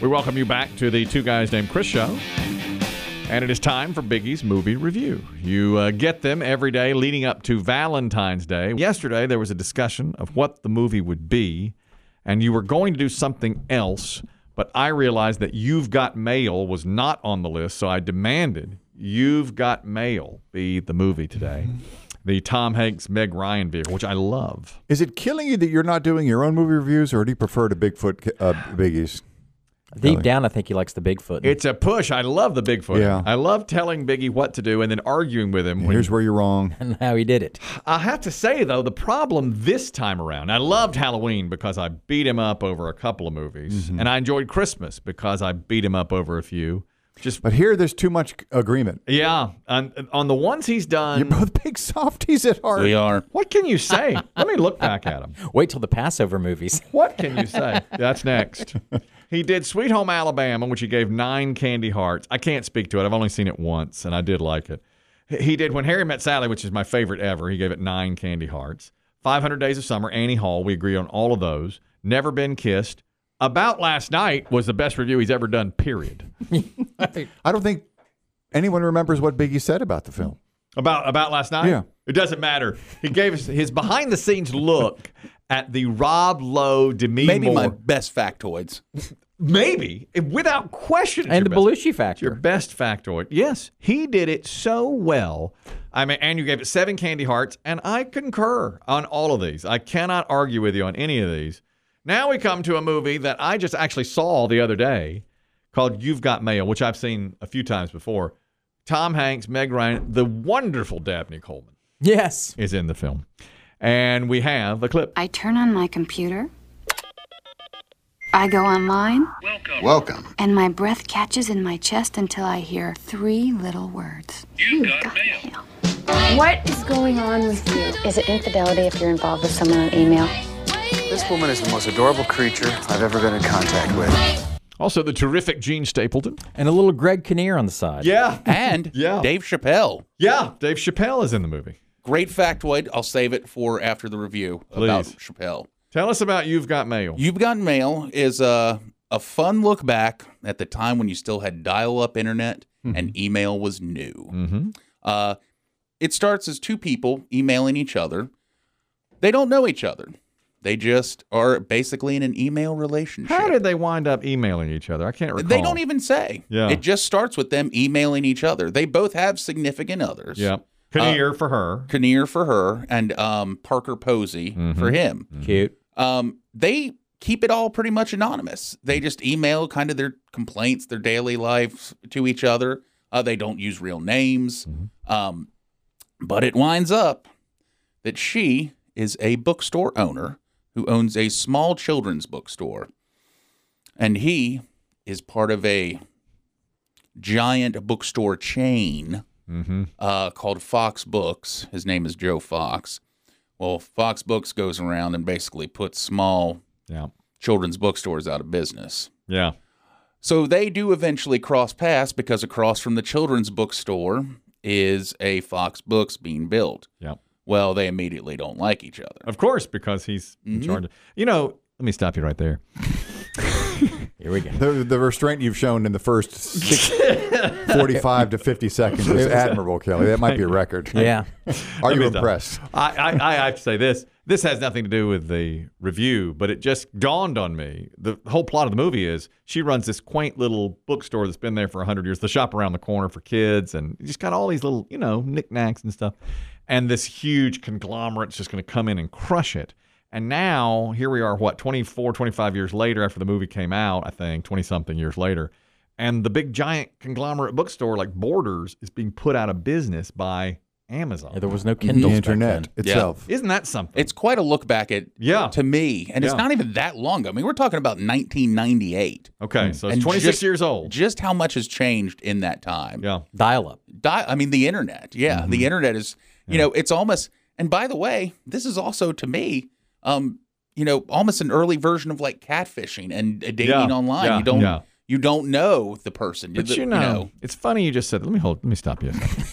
We welcome you back to the Two Guys Named Chris show. And it is time for Biggie's movie review. You uh, get them every day leading up to Valentine's Day. Yesterday, there was a discussion of what the movie would be, and you were going to do something else, but I realized that You've Got Mail was not on the list, so I demanded You've Got Mail be the movie today. The Tom Hanks Meg Ryan vehicle, which I love. Is it killing you that you're not doing your own movie reviews, or do you prefer to Bigfoot uh, biggies? Deep down, I think he likes the Bigfoot. It's a push. I love the Bigfoot. Yeah. I love telling Biggie what to do and then arguing with him when Here's where you're wrong. and how he did it. I have to say though, the problem this time around, I loved Halloween because I beat him up over a couple of movies, Mm-hmm. and I enjoyed Christmas because I beat him up over a few. Just But here, there's too much agreement. yeah, on, on the ones he's You're done, both big softies at heart. We are. what can you say? Let me look back at him. Wait till the Passover movies. What can you say? That's next. He did Sweet Home Alabama, which he gave nine candy hearts. I can't speak to it. I've only seen it once, and I did like it. He did When Harry Met Sally, which is my favorite ever. He gave it nine candy hearts. 500 Days of Summer, Annie Hall. We agree on all of those. Never Been Kissed. About Last Night was the best review he's ever done, period. I don't think anyone remembers what Biggie said about the film. About about last night? Yeah. It doesn't matter. He gave us his behind the scenes look at the Rob Lowe Demi Maybe Moore. my best factoids. maybe without question it's and the your best- Belushi Your factor. best factoid. Yes, he did it so well. I mean, and you gave it seven candy hearts, and I concur on all of these. I cannot argue with you on any of these. Now we come to a movie that I just actually saw the other day called You've Got Mail, which I've seen a few times before. Tom Hanks, Meg Ryan, the wonderful Dabney Coleman Yes. is in the film. And we have the clip. I turn on my computer. I go online, Welcome. and my breath catches in my chest until I hear three little words. You got mail. What is going on with you? Is it infidelity if you're involved with someone on email? This woman is the most adorable creature I've ever been in contact with. Also, the terrific Gene Stapleton. And a little Greg Kinnear on the side. Yeah. And Yeah. Dave Chappelle. Yeah. Dave Chappelle is in the movie. Great factoid. I'll save it for after the review about Please. Chappelle. Tell us about You've Got Mail. You've Got Mail is a, a fun look back at the time when you still had dial up internet and email was new. mm-hmm. Uh, it starts as two people emailing each other. They don't know each other, they just are basically in an email relationship. How did they wind up emailing each other? I can't recall. They don't even say. Yeah. It just starts with them emailing each other. They both have significant others. Yeah. Uh, Kinnear for her. Kinnear for her and um, Parker Posey for him. Mm-hmm. Cute. Um, they keep it all pretty much anonymous. They just email kind of their complaints, their daily lives to each other. Uh, they don't use real names. Um, but it winds up that she is a bookstore owner who owns a small children's bookstore. And he is part of a giant bookstore chain Mm-hmm. uh, called Fox Books. His name is Joe Fox. Well, Fox Books goes around and basically puts small Yeah. children's bookstores out of business. Yeah. So they do eventually cross paths because across from the children's bookstore is a Fox Books being built. Yeah. Well, they immediately don't like each other. Of course, because he's Mm-hmm. in charge. of- You know, let me stop you right there. Here we go. The, the restraint you've shown in the first six, 45 to 50 seconds is admirable, Kelly. That might be a record. Yeah. Are you me stop. impressed? I, I, I have to say this. This has nothing to do with the review, but it just dawned on me. The whole plot of the movie is she runs this quaint little bookstore that's been there for 100 years, the shop around the corner for kids, and just got all these little, you know, knickknacks and stuff. And this huge conglomerate's just going to come in and crush it. And now here we are, what, 24, 25 years later after the movie came out, I think, 20 something years later. And the big giant conglomerate bookstore like Borders is being put out of business by Amazon. Yeah, There was no The Kindle. internet itself. Isn't that something? It's quite a look back at Yeah. to me, and it's Yeah. not even that long. I mean, we're talking about 1998. Hmm. Okay, so it's And 26 just- years old. Just how much has changed in that time. yeah. Dial up. Di- I mean, the internet. Yeah, Mm-hmm. the internet is, you know, it's almost, and by the way, this is also to me, um, you know, almost an early version of like catfishing and uh, dating Yeah, online. yeah, you don't, yeah. you don't know the person. But the- you know, it's funny you just said. Let me hold. Let me stop you. a second.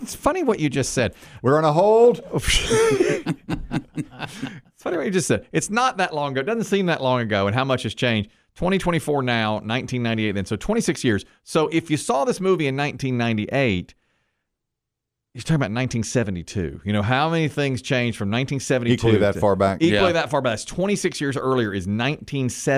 it's funny what you just said. We're on a hold. It's funny what you just said. It's not that long ago. It doesn't seem that long ago, and how much has changed. 2024 now, 1998 then. So 26 years. So if you saw this movie in 1998, you're talking about 1972. You know, how many things changed from 1972? Equally that to- far back. Equally Yeah. that far back. That's 26 years earlier is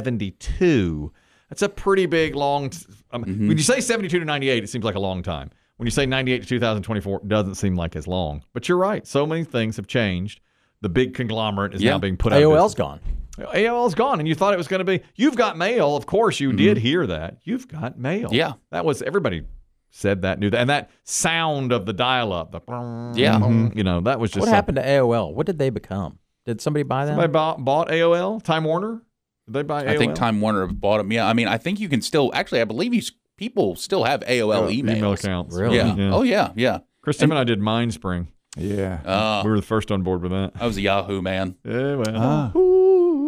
1972. That's a pretty big long. T- um, Mm-hmm. When you say 72 to 98, it seems like a long time. When you say 98 to 2024, it doesn't seem like as long. But you're right. So many things have changed. The big conglomerate is Yeah. now being put out. of AOL's gone. business. AOL's gone, and you thought it was going to be. You've got mail. Of course, you did hear that. You've got mail. Mm-hmm. Yeah. that was everybody said that knew that, and that sound of the dial-up. The Mm-hmm. Yeah. Mm-hmm. you know that was just What something. happened to AOL? What did they become? Did somebody buy them? They bought, bought AOL, Time Warner. Did they buy AOL? I think Time Warner bought them. Yeah, I mean, I think you can still actually. I believe you s- people still have AOL emails. email accounts. Really? Yeah. Oh yeah. Yeah. Chris Tim and I did MindSpring. Yeah. Uh, we were the first on board with that. I was a Yahoo man. Yeah, well, Ah.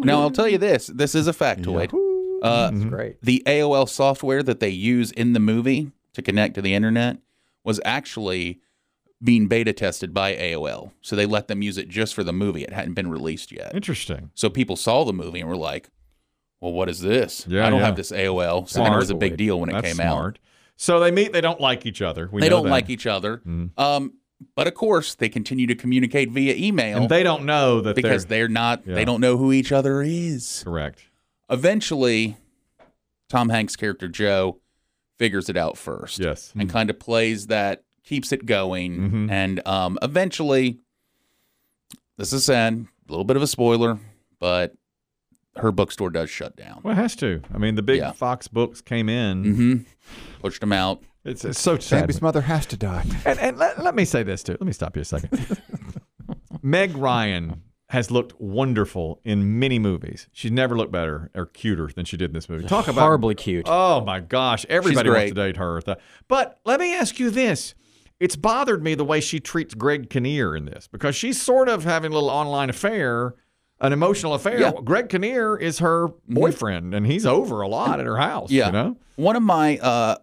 Now I'll tell you this. This is a factoid. Uh, Great. the AOL software that they use in the movie to connect to the internet was actually being beta tested by AOL. So they let them use it just for the movie. It hadn't been released yet. interesting. So people saw the movie and were like, "Well, what is this? Yeah, I don't yeah. have this AOL." So Smart. it was a big deal when it That's came out. smart. So they meet. They don't like each other. We they know don't that. Mm-hmm. like each other. Um, but of course, they continue to communicate via email and they don't know that because they're they're, not. yeah. They don't know who each other is. correct. Eventually, Tom Hanks' character Joe figures it out first. Yes. and kind of plays that, keeps it going, Mhm. and um, eventually, this is sad. A little bit of a spoiler, but her bookstore does shut down. Well, it has to. I mean, the big Yeah. Fox books came in. hmm Pushed them out. It's, it's so sad. Bambi's mother has to die. And, and let, let me say this too. Let me stop you a second. Meg Ryan has looked wonderful in many movies. She's never looked better or cuter than she did in this movie. Talk about Horribly cute. Oh my gosh, everybody wants great. to date her. Th- But let me ask you this. It's bothered me the way she treats Greg Kinnear in this because she's sort of having a little online affair, an emotional affair. Yeah. Mm-hmm. Greg Kinnear is her boyfriend and he's over a lot at her house, Yeah. you know? One of my uh,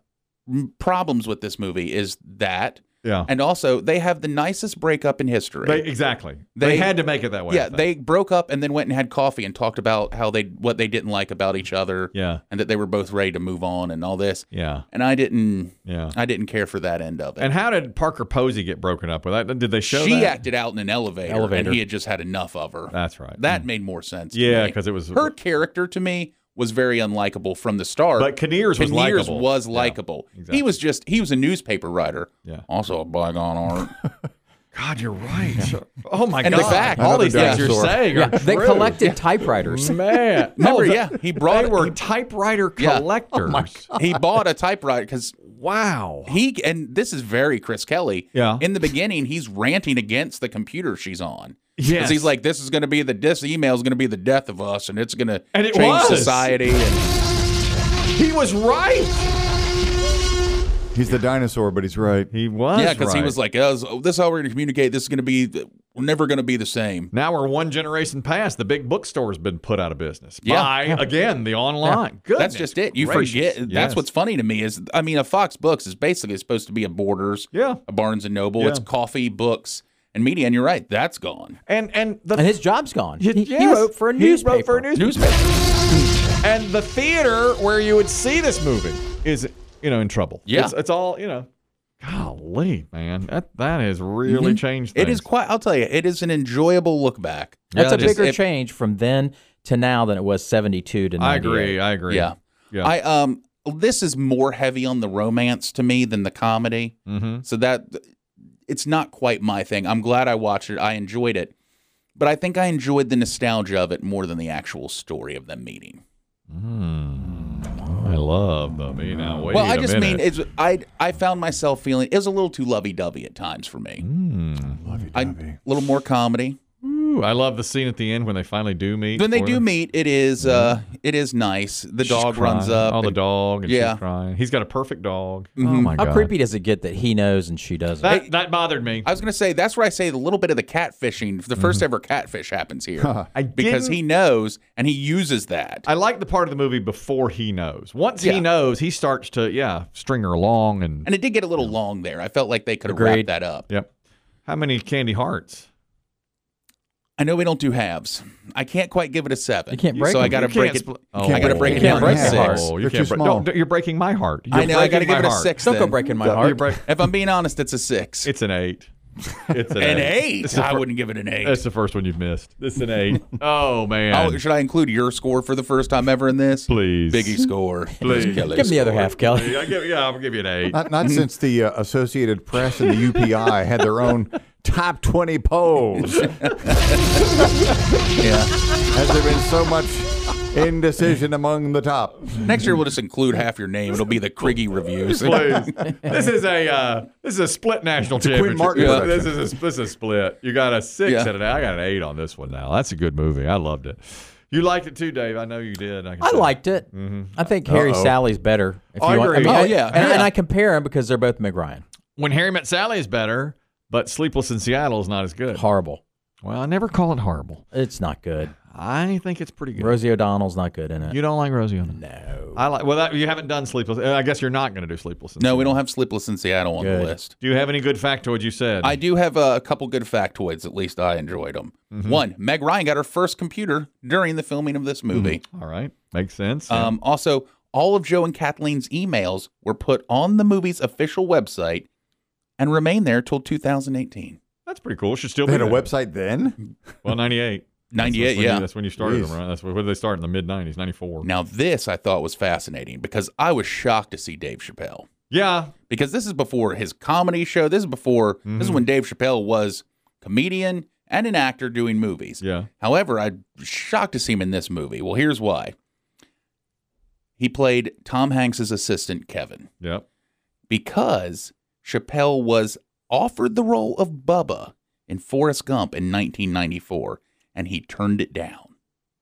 m- problems with this movie is that, Yeah. and also they have the nicest breakup in history. Oh. They, exactly. They, They- had to make it that way. I yeah, think. they broke up and then went and had coffee and talked about how they what they didn't like about each other, Yeah. and that they were both ready to move on and all this. Yeah. And I didn't, Yeah. I didn't care for that end of it. And how did Parker Posey get broken up with? That? Did they show she that? acted out in an elevator, Elevator. and he had just had enough of her. That's right. that made more sense. to yeah, me. because it was her character to me was very unlikable from the start. But Kinnear's was Kinnear's likable. was Yeah, likable. exactly. He was just he was a newspaper writer. Yeah. also a bygone art. God, you're right. Oh my And the god! fact- all Another these things you're dinosaur. saying yeah, are they true. collected typewriters. Man, Remember, the- yeah, he brought- They were he- typewriter Yeah. collectors. he bought a typewriter because Wow. he and this is very Chris Kelly. Yeah. in the beginning he's ranting against the computer she's on. Yes. Because he's like, this is going to be the this email is going to be the death of us, and it's going to And it change was. society. And, He was right. He's the dinosaur, but he's right. He was. yeah, because he right. was like, oh, so this is how we're going to communicate. This is going to be we're never going to be the same. Now we're one generation past. The big bookstore's been put out of business Yeah. by again the online. Good. That's just it. You forget. That's what's funny to me is, I mean, a Fox Books is basically supposed to be a Borders, Yeah. a Barnes and Noble. It's Yeah. coffee, books, and media. And you're right, that's gone. And and the And his job's gone. Yes, He, he wrote for a he newspaper. wrote for a newspaper. Newspaper. And the theater where you would see this movie is, you know, in trouble. Yeah. It's, it's all, you know. Golly, man, that that has really changed. Things. Mm-hmm. It is quite. I'll tell you, it is an enjoyable look back. That's a Just- bigger it- change from then to now than it was 72 to 98. I agree. I agree. Yeah. Yeah. I um. This is more heavy on the romance to me than the comedy. mm-hmm. So that it's not quite my thing. I'm glad I watched it. I enjoyed it. But I think I enjoyed the nostalgia of it more than the actual story of them meeting. I love the me now. Wait well, I I just mean it's I I found myself feeling it was a little too lovey-dovey at times for me. Hmm. I a little more comedy. Ooh, I love the scene at the end when they finally do meet. When they for do them. meet, it is uh it is nice. The She's dog runs crying. up. Oh, the and- dog. And yeah. Yeah. Mm-hmm. She's crying. He's got a perfect dog. Oh my How god. creepy does it get that he knows and she doesn't? That that bothered me. I was going to say that's where I say the little bit of the catfishing. The Mm-hmm. 1st ever catfish happens here I because didn't- he knows and he uses that. I like the part of the movie before he knows. Once he Yeah. knows, he starts to yeah string her along and And it did get a little long there. I felt like they could have wrapped Agreed. that up. Yep. How many candy hearts? I know we don't do halves. I can't quite give it a seven. You can't break so them. I got to You break it. Oh, can't spl- I got to break it You can't down to break six. them. Oh, you They're can't too break- small. don't- you're breaking my heart. You're I know. I got to breaking give it my a heart. six. Don't go then. breaking my heart. You're break- If I'm being honest, it's a six. It's an eight. It's an, an eight. It's eight. the I fir- wouldn't give it an eight. That's the first one you've missed. This is an eight. oh man. Oh, should I include your score for the first time ever in this? Please. Biggie score. Please. Kelly Give me the other score. half, Kelly. I give, yeah, I'll give you an eight. Not, not since the uh, Associated Press and the UPI had their own top 20 polls. Yeah. Has there been so much indecision among the top? Next year we'll just include half your name. It'll be the Kriggy reviews. Please. this is a uh, this is a split national championship. Quinn Martin Yeah. This production. is a, this is a split. You got a six Yeah. and an eight. I got an eight on this one now. That's a good movie. I loved it. You liked it too, Dave. I know you did. I, can I tell. liked it. I think Harry Sally's better. If I you want. agree. I mean, Oh, I- yeah, and, and yeah. I compare them because they're both McRyan. when Harry Met Sally is better, but Sleepless in Seattle is not as good. Horrible. Well, I never call it horrible. It's not good. I think it's pretty good. Rosie O'Donnell's not good in it. you don't like Rosie on it. no. I like. Well, that, you haven't done Sleepless. uh, I guess you're not going to do Sleepless. In No, we Seattle. don't have Sleepless in Seattle on the Good. list. Do you have any good factoid you said? I do have uh, a couple good factoids. At least I enjoyed them. One, Meg Ryan got her first computer during the filming of this movie. All right, makes sense. Um, also, all of Joe and Kathleen's emails were put on the movie's official website and remain there till 2018. That's pretty cool. Should still They be had a there. website then? Well, 98. That's- 98, that's when you- yeah. that's when you started Jeez. them, right? That's when, when did they start in the mid 90s, 94. Now, this I thought was fascinating because I was shocked to see Dave Chappelle Yeah, because this is before his comedy show. This is before this is when Dave Chappelle was comedian and an actor doing movies. yeah. However, I'm shocked to see him in this movie. Well, here's why. He played Tom Hanks's assistant, Kevin, Yep. because Chappelle was offered the role of Bubba in Forrest Gump in 1994, and he turned it down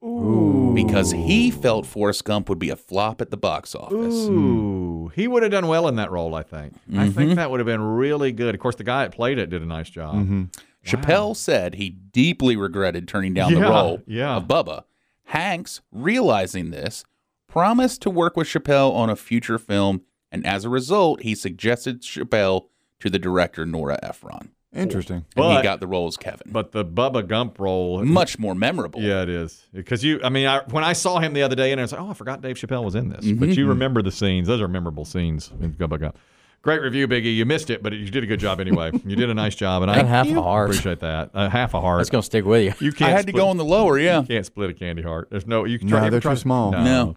because he felt Forrest Gump would be a flop at the box office. mm. Ooh, he would have done well in that role, I think. I think Mhm. that would have been really good. Of course, the guy that played it did a nice job. Mm-hmm. Chappelle said he deeply regretted turning down the Yeah, role yeah. of Bubba. Hanks, realizing this, promised to work with Chappelle on a future film, and as a result, he suggested Chappelle to the director Nora Ephron, Interesting. and But- he got the role as Kevin. But the Bubba Gump role, Much more memorable. yeah, it is because you. I mean, I, when I saw him the other day, and I was like, oh, I forgot Dave Chappelle was in this. Mm-hmm. But you remember the scenes; those are memorable scenes in Bubba Gump. Great review, Biggie. You missed it, but you did a good job anyway. you did a nice job, and I And half a heart. appreciate that. Uh, half a heart. That's gonna stick with you. You can't. I had to split- go on the lower, yeah. You can't split a candy heart. There's no. You can No, try. they're try- too small. No.